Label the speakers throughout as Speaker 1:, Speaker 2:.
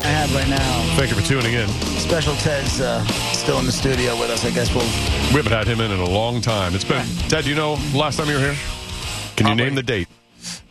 Speaker 1: I have right now.
Speaker 2: Thank you for tuning in.
Speaker 1: Special Ted's uh, still in the studio with us. I guess we'll.
Speaker 2: We haven't had him in in a long time. It's been Ted. Do you know last time you were here? Can you name the date?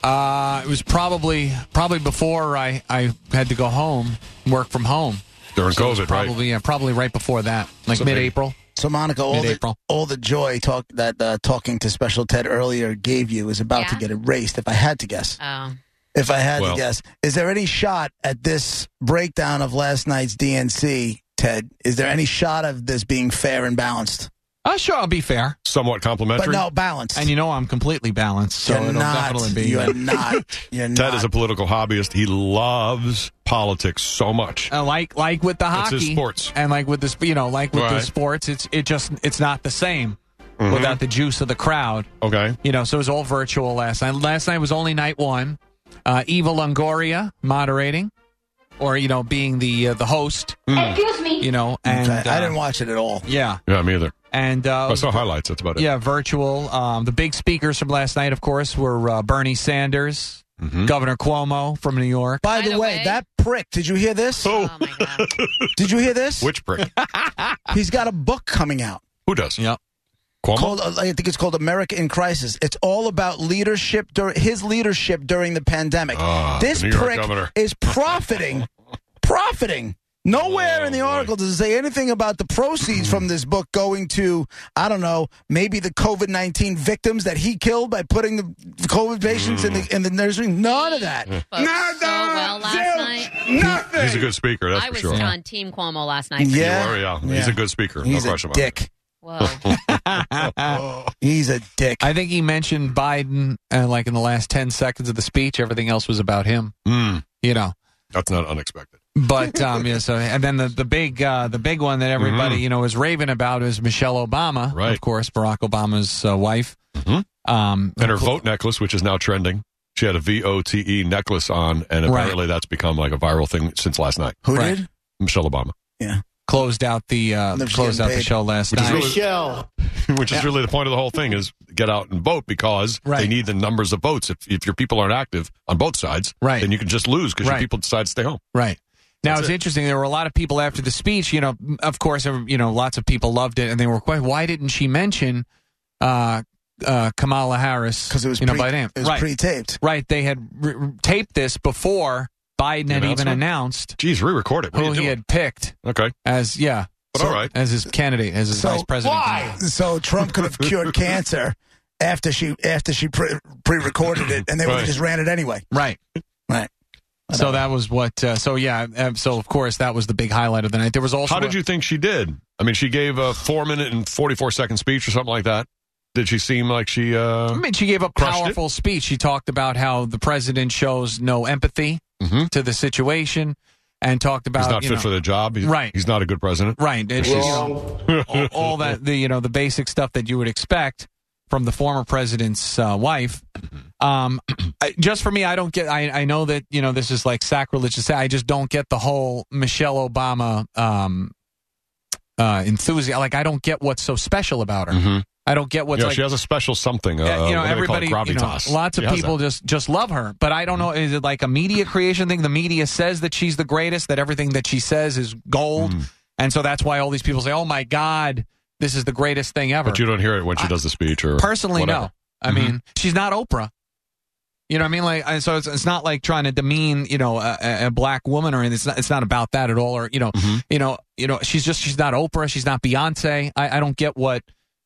Speaker 3: Uh, it was probably probably before I, I had to go home, work from home.
Speaker 2: During
Speaker 3: So it was
Speaker 2: COVID, right?
Speaker 3: probably, Yeah, probably right before that, like
Speaker 2: So maybe-
Speaker 3: mid-April.
Speaker 1: So Monica, all the,
Speaker 3: Mid-April.
Speaker 1: all the joy talk that uh, talking to Special Ted earlier gave you is about to
Speaker 4: Yeah.
Speaker 1: get erased. If I had to guess,
Speaker 4: Oh.
Speaker 1: if I had
Speaker 2: Well-
Speaker 1: to guess, is there any shot at this breakdown of last night's DNC, Ted? Is there any shot of this being fair and balanced?
Speaker 3: Uh, sure, I'll be fair.
Speaker 2: Somewhat
Speaker 1: But
Speaker 2: complimentary.
Speaker 1: no, balanced.
Speaker 3: And you know I'm completely balanced, so
Speaker 1: you're
Speaker 3: it'll
Speaker 1: not.
Speaker 3: definitely be.
Speaker 1: You're not. You're
Speaker 2: Ted
Speaker 1: not.
Speaker 2: is a political hobbyist. He loves politics so much.
Speaker 3: Uh, like like with the
Speaker 2: That's
Speaker 3: hockey,
Speaker 2: his sports.
Speaker 3: and like with this, you know, like with the
Speaker 2: Right. Mm-hmm.
Speaker 3: sports, it's it just it's not the same without the juice of the crowd.
Speaker 2: Okay.
Speaker 3: You know, so it was all virtual last night. Last night was only night one. Uh, Eva Longoria moderating, or you know, being the uh, the host.
Speaker 5: Excuse me.
Speaker 3: You know, and
Speaker 1: Okay, I didn't
Speaker 3: uh,
Speaker 1: watch it at all.
Speaker 3: Yeah,
Speaker 2: Yeah, me either.
Speaker 3: and uh,
Speaker 2: Oh, I saw highlights. That's about it.
Speaker 3: yeah, virtual. Um, the big speakers from last night, of course, were uh, Bernie Sanders,
Speaker 2: Mm-hmm.
Speaker 3: Governor Cuomo from New York.
Speaker 1: By,
Speaker 4: By
Speaker 1: the
Speaker 4: the
Speaker 1: way,
Speaker 4: way-
Speaker 1: that prick, did you hear this?
Speaker 2: Oh,
Speaker 4: Oh my god.
Speaker 1: Did you hear this?
Speaker 2: which prick?
Speaker 1: He's got a book coming out.
Speaker 2: Who does?
Speaker 3: Yep.
Speaker 2: Cuomo?
Speaker 1: Called, uh, I think it's called America in Crisis. It's all about leadership, dur- his leadership during the pandemic.
Speaker 2: Ah,
Speaker 1: this
Speaker 2: the New York
Speaker 1: prick
Speaker 2: governor.
Speaker 1: is profiting, profiting. Nowhere in the
Speaker 2: Oh, boy.
Speaker 1: article does it say anything about the proceeds from this book going to, I don't know, maybe the COVID 19 victims that he killed by putting the COVID patients in,
Speaker 2: Mm.
Speaker 1: the, in the nursery. None of that.
Speaker 4: Spoke so well last night.
Speaker 2: He's a good speaker. That's
Speaker 4: I
Speaker 2: for
Speaker 4: was
Speaker 2: sure.
Speaker 4: on Team Cuomo last night. for
Speaker 1: Yeah.
Speaker 2: You are, yeah. He's
Speaker 1: Yeah.
Speaker 2: a good speaker.
Speaker 1: He's
Speaker 2: no
Speaker 1: a
Speaker 2: question about
Speaker 1: dick.
Speaker 4: Whoa.
Speaker 1: He's a dick.
Speaker 3: I think he mentioned Biden, uh, like in the last ten seconds of the speech. Everything else was about him.
Speaker 2: it. Mm,
Speaker 3: You know.
Speaker 2: that's not unexpected.
Speaker 3: But um, yeah, so and then the the big uh, the big one that everybody you know is raving about is Michelle Obama,
Speaker 2: Mm-hmm. Right.
Speaker 3: Of course, Barack Obama's uh, wife.
Speaker 2: Mhm.
Speaker 3: Um,
Speaker 2: And her vote necklace, which is now trending. She had a V O T E necklace on, and
Speaker 3: Right.
Speaker 2: apparently that's become like a viral thing since last night.
Speaker 1: Who
Speaker 3: Right.
Speaker 1: did?
Speaker 2: Michelle Obama,
Speaker 3: closed out the uh,
Speaker 1: They're
Speaker 3: closed out
Speaker 1: getting
Speaker 3: the
Speaker 1: paid.
Speaker 3: show last
Speaker 2: Which is
Speaker 3: night.
Speaker 2: really-
Speaker 1: Michelle.
Speaker 2: which is really the point of the whole thing, is get out and vote because they
Speaker 3: Right.
Speaker 2: need the numbers of votes. If, if your people aren't active on both sides,
Speaker 3: Right.
Speaker 2: then you can just lose because your
Speaker 3: Right.
Speaker 2: people decide to stay home.
Speaker 3: Right. Now
Speaker 2: That's
Speaker 3: it's
Speaker 2: it.
Speaker 3: interesting. There were a lot of people after the speech. You know, of course, every- you know, lots of people loved it, and they were quite. Why didn't she mention uh, uh, Kamala Harris?
Speaker 1: Because it was,
Speaker 3: you know
Speaker 1: pre-
Speaker 3: by name.
Speaker 1: it was
Speaker 3: right,
Speaker 1: pre-taped.
Speaker 3: right. They had re- re- taped this before Biden
Speaker 2: The
Speaker 3: had even
Speaker 2: announcement?
Speaker 3: announced
Speaker 2: Geez, re-record it. What
Speaker 3: who
Speaker 2: are you
Speaker 3: he
Speaker 2: doing?
Speaker 3: had picked
Speaker 2: okay,
Speaker 3: as yeah,
Speaker 2: but all right.
Speaker 3: as his candidate, as his
Speaker 1: So
Speaker 3: vice president.
Speaker 1: So Trump could have cured cancer after she after she pre recorded it, and they would
Speaker 2: Right.
Speaker 1: have just ran it anyway.
Speaker 3: Right.
Speaker 1: Right.
Speaker 3: So that was what. Uh, so yeah. um, So of course that was the big highlight of the night. There was also
Speaker 2: How did you think she did? I mean, she gave a four-minute and forty-four second speech or something like that. Did she seem like she?
Speaker 3: I
Speaker 2: Uh,
Speaker 3: mean, she gave a
Speaker 2: Crushed it.
Speaker 3: powerful speech. She talked about how the president shows no empathy
Speaker 2: Mhm.
Speaker 3: to the situation, and talked about
Speaker 2: he's not
Speaker 3: you
Speaker 2: fit
Speaker 3: know,
Speaker 2: for the job. He's,
Speaker 3: Right.
Speaker 2: He's not a good president.
Speaker 3: right, and she's- all, all that the you know the basic stuff that you would expect from the former president's uh, wife.
Speaker 2: Mm-hmm.
Speaker 3: Um, I- just for me, I don't get. I, I know that you know this is like sacrilege to say. I just don't get the whole Michelle Obama um, uh, enthusiasm. Like I don't get what's so special about her.
Speaker 2: Mhm.
Speaker 3: I don't get what's
Speaker 2: yeah,
Speaker 3: like
Speaker 2: she has a special something. Uh,
Speaker 3: yeah, you know,
Speaker 2: what do they call it?
Speaker 3: everybody, you know,
Speaker 2: Gravitas.
Speaker 3: lots
Speaker 2: She
Speaker 3: of
Speaker 2: has
Speaker 3: people
Speaker 2: that.
Speaker 3: just just love her. But I don't know, is it like a media creation thing? The media says that she's the greatest, that everything that she says is gold,
Speaker 2: Mm.
Speaker 3: and so that's why all these people say, "Oh my God, this is the greatest thing ever."
Speaker 2: But you don't hear it when she does the speech or
Speaker 3: Personally,
Speaker 2: whatever. Mm-hmm.
Speaker 3: no. I mean, she's not Oprah. You know what I mean? Like, I- so it's, it's not like trying to demean, you know, a, a- a black woman or anything. It's not, it's not about that at all. Or you know,
Speaker 2: Mm-hmm.
Speaker 3: you know, you know, she's just she's not Oprah. She's not Beyonce. I, I don't get what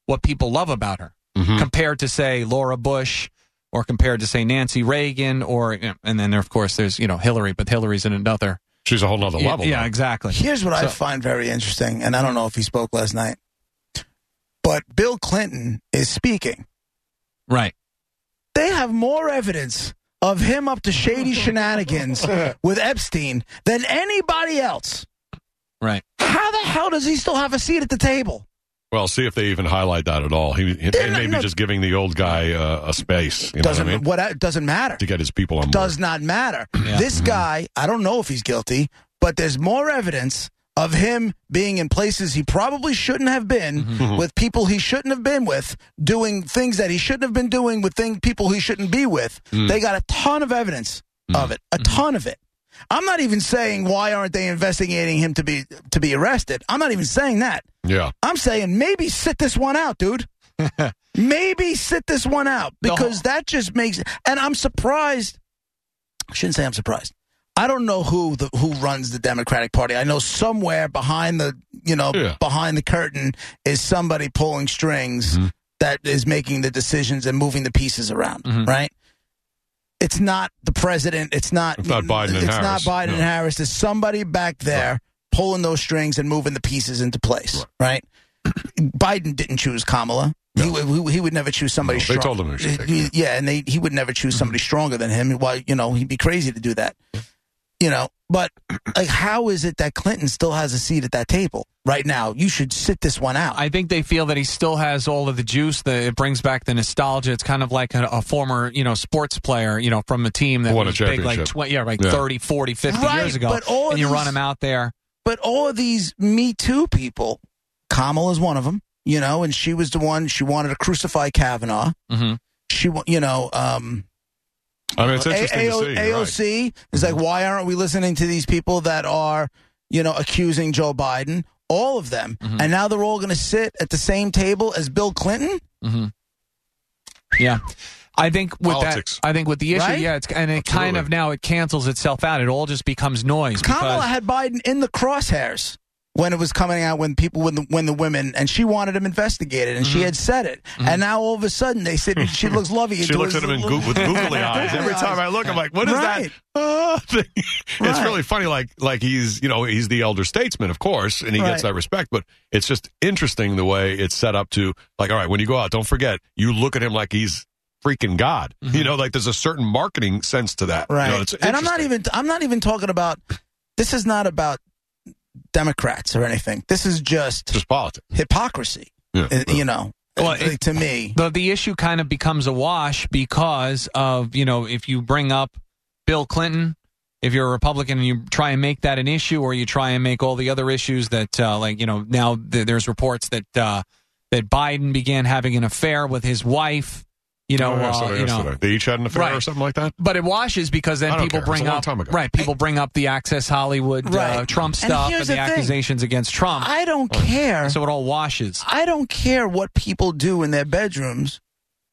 Speaker 3: what people love about her
Speaker 2: Mm-hmm.
Speaker 3: compared to say Laura Bush or compared to say Nancy Reagan or you know, and then there, of course there's you know Hillary, but Hillary's in another
Speaker 2: She's a whole nother
Speaker 3: yeah,
Speaker 2: level.
Speaker 3: Yeah,
Speaker 2: though.
Speaker 3: exactly.
Speaker 1: Here's what I
Speaker 3: So-
Speaker 1: find very interesting, and I don't know if he spoke last night, but Bill Clinton is speaking.
Speaker 3: Right.
Speaker 1: They have more evidence of him up to shady shenanigans with Epstein than anybody else.
Speaker 3: Right.
Speaker 1: How the hell does he still have a seat at the table?
Speaker 2: Well, see if they even highlight that at all. He, he
Speaker 1: They're
Speaker 2: they
Speaker 1: not-
Speaker 2: may be
Speaker 1: no.
Speaker 2: just giving the old guy uh, a space. You know what I
Speaker 1: doesn't
Speaker 2: mean?
Speaker 1: what I- doesn't matter.
Speaker 2: to get his people on
Speaker 1: Does not matter.
Speaker 3: Yeah.
Speaker 1: This guy, I don't know if he's guilty, but there's more evidence of him being in places he probably shouldn't have been with people he shouldn't have been with, doing things that he shouldn't have been doing with thing, people he shouldn't be with. They got a ton of evidence of it, a ton of it. I'm not even saying why aren't they investigating him to be to be arrested. I'm not even saying that.
Speaker 2: board. Yeah.
Speaker 1: I'm saying maybe sit this one out, dude. maybe sit this one out
Speaker 3: The
Speaker 1: because
Speaker 3: whole-
Speaker 1: that just makes. And I'm surprised. I shouldn't say I'm surprised. I don't know who the who runs the Democratic Party. I know somewhere behind the you know
Speaker 2: Yeah.
Speaker 1: behind the curtain is somebody pulling strings
Speaker 2: Mm-hmm.
Speaker 1: that is making the decisions and moving the pieces around,
Speaker 2: Mm-hmm.
Speaker 1: right? It's not the president. It's not.
Speaker 2: It's not Biden and
Speaker 1: It's not
Speaker 2: Harris,
Speaker 1: Biden
Speaker 2: no.
Speaker 1: and Harris. There's somebody back there pulling those strings and moving the pieces into place, right? Biden didn't choose Kamala. He, would- he, he would never choose somebody
Speaker 2: No, they
Speaker 1: strong-
Speaker 2: told him who should pick,
Speaker 1: He- Yeah, and they, he would never choose
Speaker 2: Mm-hmm.
Speaker 1: somebody stronger than him. Why, you know, he'd be crazy to do that. You know, but like, how is it that Clinton still has a seat at that table right now? You should sit this one out.
Speaker 3: I think they feel that he still has all of the juice. That it brings back the nostalgia. It's kind of like a, a former, you know, sports player, you know, from a team that
Speaker 2: Won a
Speaker 3: was big like
Speaker 2: championship.
Speaker 3: tw- yeah, like
Speaker 2: Yeah.
Speaker 3: 30, 40, 50
Speaker 1: Right,
Speaker 3: years ago.
Speaker 1: but all
Speaker 3: and you
Speaker 1: these-
Speaker 3: run him out there.
Speaker 1: but all of these Me Too people, Kamala is one of them. You know, and she was the one she wanted to crucify Kavanaugh.
Speaker 3: hmm
Speaker 1: She, wa- you know, um,
Speaker 2: I mean, it's
Speaker 1: A-
Speaker 2: interesting
Speaker 1: AO-
Speaker 2: to see. you're
Speaker 1: AOC
Speaker 2: right.
Speaker 1: is like, why aren't we listening to these people that are, you know, accusing Joe Biden? All of them,
Speaker 2: Mm-hmm.
Speaker 1: and now they're all going to sit at the same table as Bill Clinton.
Speaker 3: Yeah. I think with
Speaker 2: Politics.
Speaker 3: that, I think with the issue,
Speaker 1: Right?
Speaker 3: yeah, it's and it kind
Speaker 2: Absolutely.
Speaker 3: of now it cancels itself out. It all just becomes noise.
Speaker 1: Kamala
Speaker 3: because-
Speaker 1: had Biden in the crosshairs when it was coming out when people when the, when the women and she wanted him investigated, and
Speaker 2: Mm-hmm.
Speaker 1: she had said it, and now all of a sudden they said she looks lovey.
Speaker 2: She looks at him in goo- with googly eyes. Every time I look, I'm like, "What is
Speaker 1: Right.
Speaker 2: that?" Uh, thing? it's
Speaker 1: Right.
Speaker 2: really funny. Like, like he's you know he's the elder statesman, of course, and he
Speaker 1: Right.
Speaker 2: gets that respect. But it's just interesting the way it's set up to like, all right, when you go out, don't forget you look at him like he's freaking God. You know, like there's a certain marketing sense to that. You know,
Speaker 1: Mm-hmm. right?
Speaker 2: it's
Speaker 1: and I'm not
Speaker 2: interesting.
Speaker 1: even I'm not even talking about this is not about Democrats or anything. This is just
Speaker 2: just politics.
Speaker 1: hypocrisy.
Speaker 2: Yeah,
Speaker 1: uh, you know,
Speaker 3: Well,
Speaker 1: uh,
Speaker 3: it-
Speaker 1: to me.
Speaker 3: the the issue kind of becomes a wash because of you know if you bring up Bill Clinton, if you're a Republican and you try and make that an issue, or you try and make all the other issues that uh, like you know now th- there's reports that uh, that Biden began having an affair with his wife, you know,
Speaker 2: Oh, yeah,
Speaker 3: uh,
Speaker 2: something
Speaker 3: you know.
Speaker 2: yesterday. they each had an affair or
Speaker 3: Right.
Speaker 2: something like that.
Speaker 3: But it washes because
Speaker 2: I
Speaker 3: then
Speaker 2: don't
Speaker 3: people
Speaker 2: care. It was
Speaker 3: bring
Speaker 2: a long
Speaker 3: up
Speaker 2: time ago.
Speaker 3: right. People bring up the Access Hollywood uh,
Speaker 1: Right.
Speaker 3: Trump
Speaker 1: And
Speaker 3: stuff and
Speaker 1: here's
Speaker 3: the,
Speaker 1: the thing.
Speaker 3: accusations against Trump.
Speaker 1: I don't care.
Speaker 3: so it all washes.
Speaker 1: I don't care what people do in their bedrooms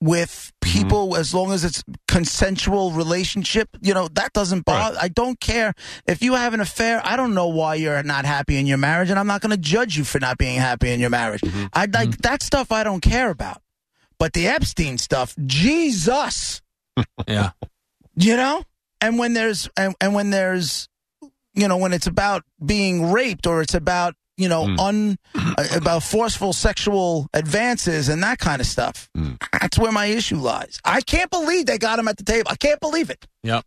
Speaker 1: with people as long as it's consensual relationship you know that doesn't bother i don't care if you have an affair i don't know why you're not happy in your marriage and i'm not going to judge you for not being happy in your marriage i like that stuff i don't care about but the epstein stuff jesus
Speaker 3: Yeah.
Speaker 1: you know and when there's and, and when there's you know when it's about being raped or it's about you know
Speaker 2: Mm.
Speaker 1: un uh, about forceful sexual advances and that kind of stuff
Speaker 2: Mm.
Speaker 1: that's where my issue lies i can't believe they got him at the table i can't believe it
Speaker 3: Yep.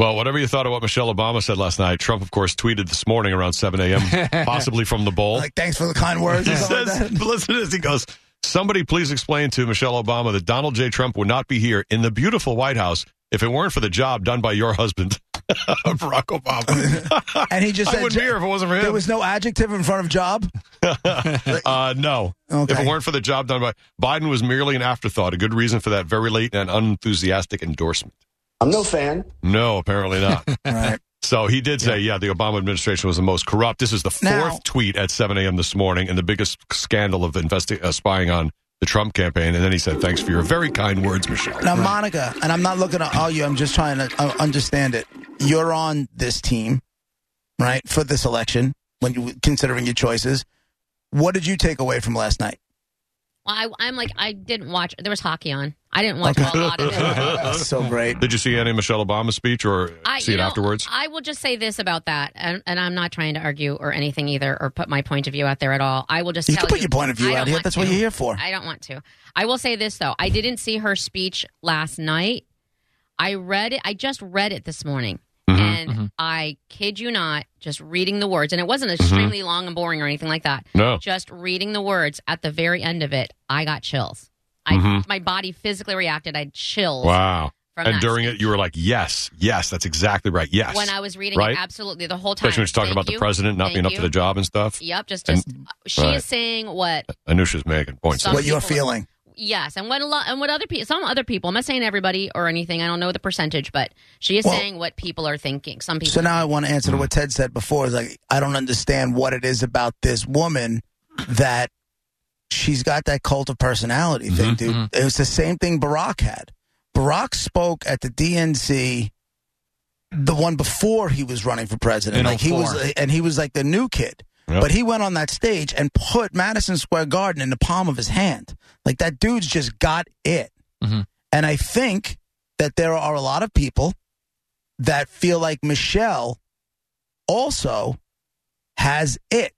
Speaker 2: Well, whatever you thought of what Michelle Obama said last night, Trump, of course, tweeted this morning around 7 a.m., possibly from the bowl.
Speaker 1: like thanks for the kind words or
Speaker 2: he
Speaker 1: something like
Speaker 2: says,
Speaker 1: that.
Speaker 2: listen to this. He goes, Somebody please explain to Michelle Obama that Donald J. Trump would not be here in the beautiful White House if it weren't for the job done by your husband, Barack Obama.
Speaker 1: and he just
Speaker 2: I
Speaker 1: said
Speaker 2: wouldn't be here if it wasn't for him.
Speaker 1: there was no adjective in front of job
Speaker 2: uh, no.
Speaker 1: Okay.
Speaker 2: If it weren't for the job done by Biden was merely an afterthought, a good reason for that very late and unenthusiastic endorsement.
Speaker 5: I'm no fan.
Speaker 2: No, apparently not.
Speaker 1: right
Speaker 2: So he did say, yeah. the Obama administration was the most corrupt. This is the fourth
Speaker 1: Now-
Speaker 2: tweet at 7 a.m. this morning and the biggest scandal of investi- uh, spying on the Trump campaign. And then he said, thanks for your very kind words, Michelle.
Speaker 1: now monica and i'm not looking to argue i'm just trying to uh, understand it you're on this team right for this election when you considering your choices what did you take away from last night
Speaker 4: Well, I, I'm like, I didn't watch. There was hockey on. I didn't watch a lot of it.
Speaker 1: That's so great.
Speaker 2: Did you see any of Michelle Obama's speech or
Speaker 4: I,
Speaker 2: see
Speaker 4: you
Speaker 2: it
Speaker 4: know,
Speaker 2: afterwards?
Speaker 4: I will just say this about that, and, and I'm not trying to argue or anything either, or put my point of view out there at all. I will just
Speaker 1: You
Speaker 4: tell
Speaker 1: can put
Speaker 4: you,
Speaker 1: your point of view
Speaker 4: I
Speaker 1: out
Speaker 4: don't
Speaker 1: here.
Speaker 4: want
Speaker 1: That's what
Speaker 4: to.
Speaker 1: you're here for.
Speaker 4: I don't want to. I will say this though. I didn't
Speaker 2: Mm-hmm,
Speaker 4: see her speech last night. I read it. I just read it this morning, And I kid you not, just reading the words, and it wasn't
Speaker 2: Mm-hmm.
Speaker 4: extremely long and boring or anything like that.
Speaker 2: No.
Speaker 4: Just reading the words at the very end of it, I got chills. I, My body physically reacted. I had chills.
Speaker 2: Mm-hmm. Wow.
Speaker 4: From
Speaker 2: and
Speaker 4: that.
Speaker 2: during it, you were like, yes, yes, that's exactly right. Yes.
Speaker 4: When I was reading
Speaker 2: Right?
Speaker 4: it, absolutely the whole time.
Speaker 2: Especially when she's talking
Speaker 4: Thank
Speaker 2: about the
Speaker 4: you.
Speaker 2: president not
Speaker 4: Thank
Speaker 2: being up to
Speaker 4: you.
Speaker 2: the job and stuff.
Speaker 4: Yep, just
Speaker 2: And-
Speaker 4: just uh, she
Speaker 2: right.
Speaker 4: is saying what
Speaker 2: Anusha's making points.
Speaker 4: Some
Speaker 1: what you're
Speaker 4: people-
Speaker 1: feeling.
Speaker 4: yes, and what a lot and what other people some other people. I'm not saying everybody or anything. I don't know the percentage, but she is
Speaker 1: Well-
Speaker 4: saying what people are thinking. Some people.
Speaker 1: So now I want to answer to what Ted said before. Is like I don't understand what it is about this woman that she's got that cult of personality thing, dude. It was the same thing Barack had. Barack spoke at the DNC, the one before he was running for president.
Speaker 3: In
Speaker 1: like he
Speaker 3: 04.
Speaker 1: was, and he was like the new kid.
Speaker 2: Yep.
Speaker 1: But he went on that stage and put Madison Square Garden in the palm of his hand. Like that dude's just got it.
Speaker 3: Mhm.
Speaker 1: And I think that there are a lot of people that feel like Michelle also has it.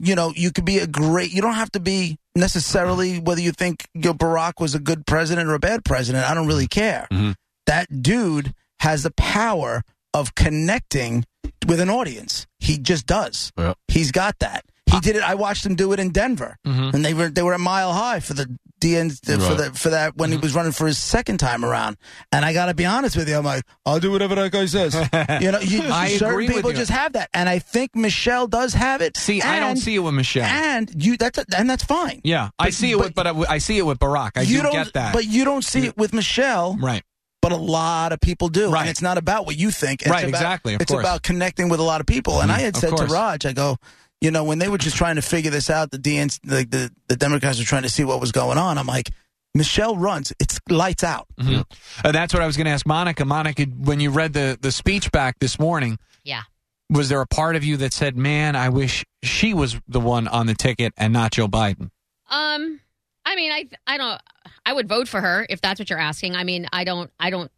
Speaker 1: You know, you could be a great, you don't have to be necessarily whether you think you know, Barack was a good president or a bad president. I don't really care.
Speaker 2: Mhm.
Speaker 1: That dude has the power of connecting with an audience. He just does.
Speaker 2: Yeah.
Speaker 1: He's got that. He did it. I watched him do it in Denver,
Speaker 3: Mhm.
Speaker 1: and they were they were a mile high for the DN for
Speaker 2: Right.
Speaker 1: the for that when he
Speaker 3: Mm-hmm.
Speaker 1: was running for his second time around. And I got to be honest with you, I'm like, I'll do whatever that guy says. you know, you,
Speaker 3: I
Speaker 1: certain
Speaker 3: agree with
Speaker 1: people
Speaker 3: you.
Speaker 1: just have that, and I think Michelle does have it.
Speaker 3: See, I don't
Speaker 1: And-
Speaker 3: see it with Michelle.
Speaker 1: and you that's and that's fine.
Speaker 3: yeah, I
Speaker 1: But-
Speaker 3: see it with, but I, I see it with Barack. I
Speaker 1: you
Speaker 3: do
Speaker 1: not
Speaker 3: get that.
Speaker 1: but you don't see it with Michelle.
Speaker 3: right.
Speaker 1: But a lot of people do,
Speaker 3: Right.
Speaker 1: and it's not about what you think. It's
Speaker 3: Right,
Speaker 1: about,
Speaker 3: exactly, of
Speaker 1: it's
Speaker 3: course. Mm-hmm,
Speaker 1: about connecting with a lot of people. And I had
Speaker 3: of
Speaker 1: said to
Speaker 3: course.
Speaker 1: Raj, I go, you know, when they were just trying to figure this out, the DNC, like the the Democrats were trying to see what was going on. I'm like, Michelle runs. It's lights out.
Speaker 3: Mhm. Uh, that's what I was going to ask Monica. Monica, when you read the, the speech back this morning,
Speaker 4: yeah.
Speaker 3: was there a part of you that said, "Man, I wish she was the one on the ticket and not Joe Biden"?
Speaker 4: Um, I mean, I I don't. I would vote for her if that's what you're asking. I mean, I don't. I don't.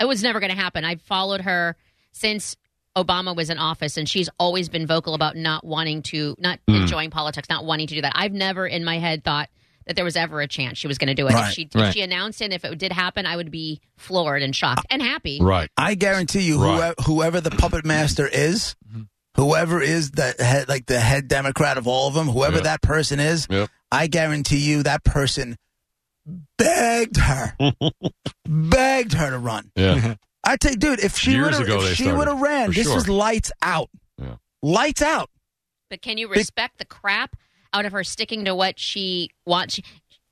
Speaker 4: It was never going to happen. I've followed her since Obama was in office, and she's always been vocal about not wanting to, not enjoying politics, not wanting to do that. I've never in my head thought that there was ever a chance she was going to do it.
Speaker 1: Right,
Speaker 4: if she
Speaker 3: right.
Speaker 4: if she announced it, and if it did happen, I would be floored and shocked and happy.
Speaker 2: Right.
Speaker 1: I guarantee you,
Speaker 2: Right.
Speaker 1: whoever, whoever the puppet master is,
Speaker 3: Mm-hmm.
Speaker 1: whoever is the head, like the head Democrat of all of them, whoever
Speaker 2: Yeah.
Speaker 1: that person is,
Speaker 2: Yep.
Speaker 1: I guarantee you that person begged her, begged her to run.
Speaker 2: Yeah.
Speaker 1: I tell you, dude, if she
Speaker 2: Years
Speaker 1: would
Speaker 2: ago
Speaker 1: have,
Speaker 2: they
Speaker 1: if she
Speaker 2: started,
Speaker 1: would have ran,
Speaker 2: for
Speaker 1: this
Speaker 2: sure.
Speaker 1: was lights out,
Speaker 2: Yeah.
Speaker 1: lights out.
Speaker 4: But can you respect the crap out of her sticking to what she wants,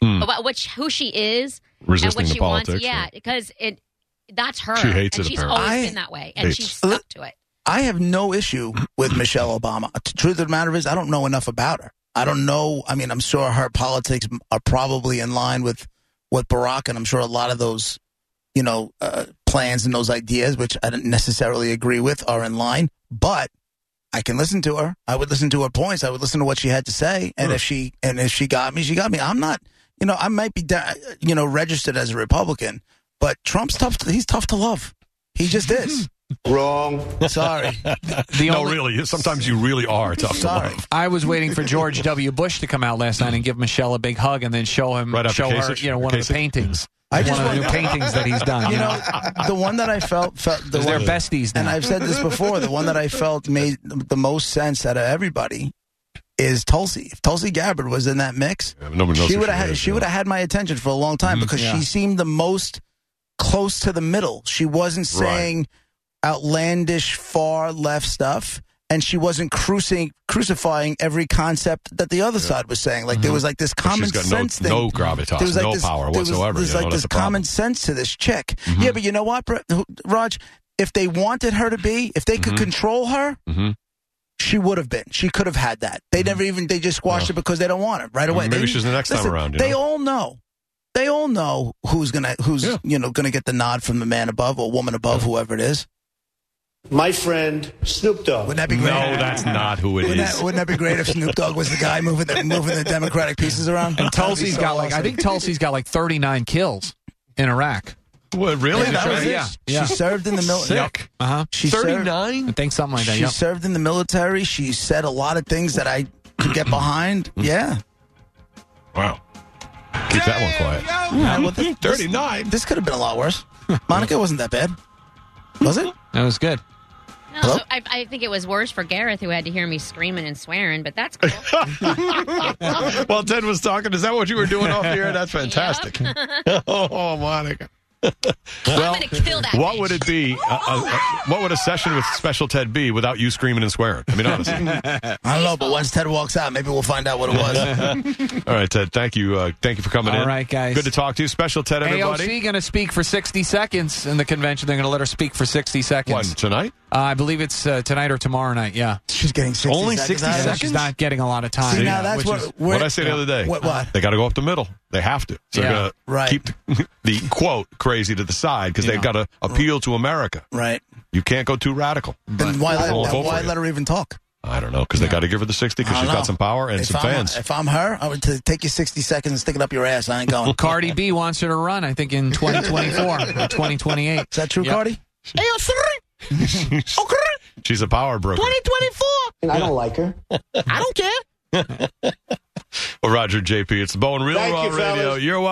Speaker 4: what, what who she is,
Speaker 2: Resisting
Speaker 4: and
Speaker 2: the
Speaker 4: what she
Speaker 2: politics.
Speaker 4: wants. Yeah,
Speaker 2: right.
Speaker 4: because it that's her.
Speaker 2: She hates
Speaker 4: and
Speaker 2: it,
Speaker 4: She's
Speaker 2: apparently.
Speaker 4: always
Speaker 1: I-
Speaker 4: been that way, and
Speaker 2: Hates.
Speaker 4: she stuck to it.
Speaker 1: I have no issue with Michelle Obama. The truth of the matter is, I don't know enough about her. I don't know. I mean, I'm sure her politics are probably in line with with Barack, and I'm sure a lot of those, you know, uh, plans and those ideas, which I don't necessarily agree with, are in line. But I can listen to her. I would listen to her points. I would listen to what she had to say, and if she and if she got me, she got me. I'm not, you know, I might be, da- you know, registered as a Republican, but Trump's tough. he's tough to love. He just is. Wrong. Sorry.
Speaker 3: The
Speaker 2: No,
Speaker 3: only
Speaker 2: really. Sometimes you really are tough to
Speaker 1: Sorry.
Speaker 2: love.
Speaker 3: I was waiting for George W. Bush to come out last night and give Michelle a big hug, and then show him
Speaker 2: Right after
Speaker 3: show her,
Speaker 2: Kasich?
Speaker 3: you know, one of
Speaker 2: Kasich?
Speaker 3: the paintings.
Speaker 1: I
Speaker 3: one
Speaker 1: just
Speaker 3: of
Speaker 1: want-
Speaker 3: the new paintings that he's done.
Speaker 1: You
Speaker 3: You, know,
Speaker 1: know, the one that I felt felt the
Speaker 3: they're
Speaker 1: one,
Speaker 3: besties now.
Speaker 1: and I've said this before. The one that I felt made the most sense out of everybody is Tulsi. If Tulsi Gabbard was in that mix,
Speaker 2: Yeah, but nobody knows
Speaker 1: she
Speaker 2: who
Speaker 1: would have
Speaker 2: she
Speaker 1: had,
Speaker 2: is,
Speaker 1: she
Speaker 2: yeah.
Speaker 1: would have had my attention for a long
Speaker 2: Mm-hmm.
Speaker 1: time because
Speaker 3: yeah.
Speaker 1: she seemed the most close to the middle. She wasn't
Speaker 2: Right.
Speaker 1: saying outlandish far left stuff. And she wasn't cruising, crucifying every concept that the other side was saying. Like there was like this common
Speaker 2: Mm-hmm. She's got no,
Speaker 1: sense thing
Speaker 2: no gravitas,
Speaker 1: there was like
Speaker 2: no
Speaker 1: this,
Speaker 2: power
Speaker 1: there was-
Speaker 2: whatsoever.
Speaker 1: There's
Speaker 2: you know,
Speaker 1: like
Speaker 2: that's
Speaker 1: this
Speaker 2: the problem. Mm-hmm.
Speaker 1: common sense to this chick. Yeah, but you know what, Bre- who- Raj? If they wanted her to be, if they could
Speaker 2: Mm-hmm.
Speaker 1: control her,
Speaker 2: Mhm.
Speaker 1: she would have been. She could have had that. They never even they just squashed it because they don't want her right away.
Speaker 2: Mm-hmm. maybe
Speaker 1: They-
Speaker 2: she's the next time
Speaker 1: listen,
Speaker 2: around, you
Speaker 1: They
Speaker 2: know?
Speaker 1: all know. They all know who's gonna who's
Speaker 2: Yeah.
Speaker 1: you know gonna get the nod from the man above or woman above, whoever it is.
Speaker 5: my friend Snoop Dogg.
Speaker 1: Wouldn't that be great?
Speaker 2: No, that's not who it
Speaker 1: Wouldn't
Speaker 2: is.
Speaker 1: that, wouldn't that be great if Snoop Dogg was the guy moving the moving the Democratic pieces around? That'd
Speaker 3: and
Speaker 1: be
Speaker 3: Tulsi's
Speaker 1: so
Speaker 3: got like I
Speaker 1: awesome.
Speaker 3: think Tulsi's got like 39 kills in Iraq.
Speaker 2: What, really?
Speaker 1: that was it.
Speaker 3: Yeah, yeah.
Speaker 1: She served in the military.
Speaker 2: Sick.
Speaker 3: Uh huh.
Speaker 1: She served-
Speaker 3: I think something like that.
Speaker 1: She
Speaker 3: Yep.
Speaker 1: served in the military. She said a lot of things that I could get behind. Yeah.
Speaker 2: Wow. Keep Mm. that one quiet.
Speaker 1: Yeah, well, this, this-
Speaker 2: 39.
Speaker 1: this could have been a lot worse. Monica wasn't that bad. Was it?
Speaker 3: That was good.
Speaker 4: No,
Speaker 1: Hello?
Speaker 4: I, I think it was worse for Gareth who had to hear me screaming and swearing, but that's cool.
Speaker 2: While Ted was talking, is that what you were doing off the air? That's fantastic. oh, Monica.
Speaker 4: I'm gonna kill that.
Speaker 2: What
Speaker 4: bitch.
Speaker 2: would it be? Uh, uh, what would a session with Special Ted be without you screaming and swearing? I mean, honestly.
Speaker 1: I don't know, but once Ted walks out, maybe we'll find out what it was.
Speaker 2: All right, Ted. Thank you. Uh, thank you for coming
Speaker 3: All
Speaker 2: in.
Speaker 3: right, guys.
Speaker 2: Good to talk to you. Special Ted, everybody.
Speaker 3: AOC going to speak for 60 seconds in the convention. They're going to let her speak for 60
Speaker 2: What,
Speaker 3: seconds.
Speaker 2: tonight?
Speaker 3: Uh, I believe it's uh, tonight or tomorrow night. Yeah.
Speaker 1: She's getting 60
Speaker 2: Only
Speaker 1: seconds
Speaker 2: 60
Speaker 1: out
Speaker 3: Yeah,
Speaker 1: of it.
Speaker 3: She's not getting a lot of time.
Speaker 1: See,
Speaker 3: Yeah,
Speaker 1: now that's
Speaker 3: which
Speaker 1: what,
Speaker 3: is-
Speaker 1: we're-
Speaker 2: What I say the other day.
Speaker 1: What, what?
Speaker 2: They got to go up the middle. They have to. So
Speaker 3: Yeah.
Speaker 2: They're going
Speaker 1: Right.
Speaker 2: to keep the, the quote crazy to the side because
Speaker 3: Yeah.
Speaker 2: they've got to appeal to America.
Speaker 1: Right.
Speaker 2: You can't go too radical.
Speaker 1: Then why, let,
Speaker 2: We'll vote for
Speaker 1: why
Speaker 2: you.
Speaker 1: let her even talk?
Speaker 2: I don't know because they got to give her the sixty because
Speaker 1: I
Speaker 2: she's
Speaker 1: don't
Speaker 2: got
Speaker 1: know.
Speaker 2: some power and
Speaker 1: If
Speaker 2: some
Speaker 1: I'm-
Speaker 2: fans.
Speaker 1: If I'm her, I would t- take you 60 seconds and stick it up your ass. I ain't going. Is
Speaker 3: Cardi B wants her to run, I think, in 2024 or 2028.
Speaker 1: that true,
Speaker 3: Yep.
Speaker 1: Cardi?
Speaker 2: she's a power broker.
Speaker 5: And I don't like her.
Speaker 2: Well, Roger JP, it's the Bone Real
Speaker 5: Thank
Speaker 2: Raw
Speaker 5: you,
Speaker 2: Radio.
Speaker 5: fellas.
Speaker 2: You're welcome.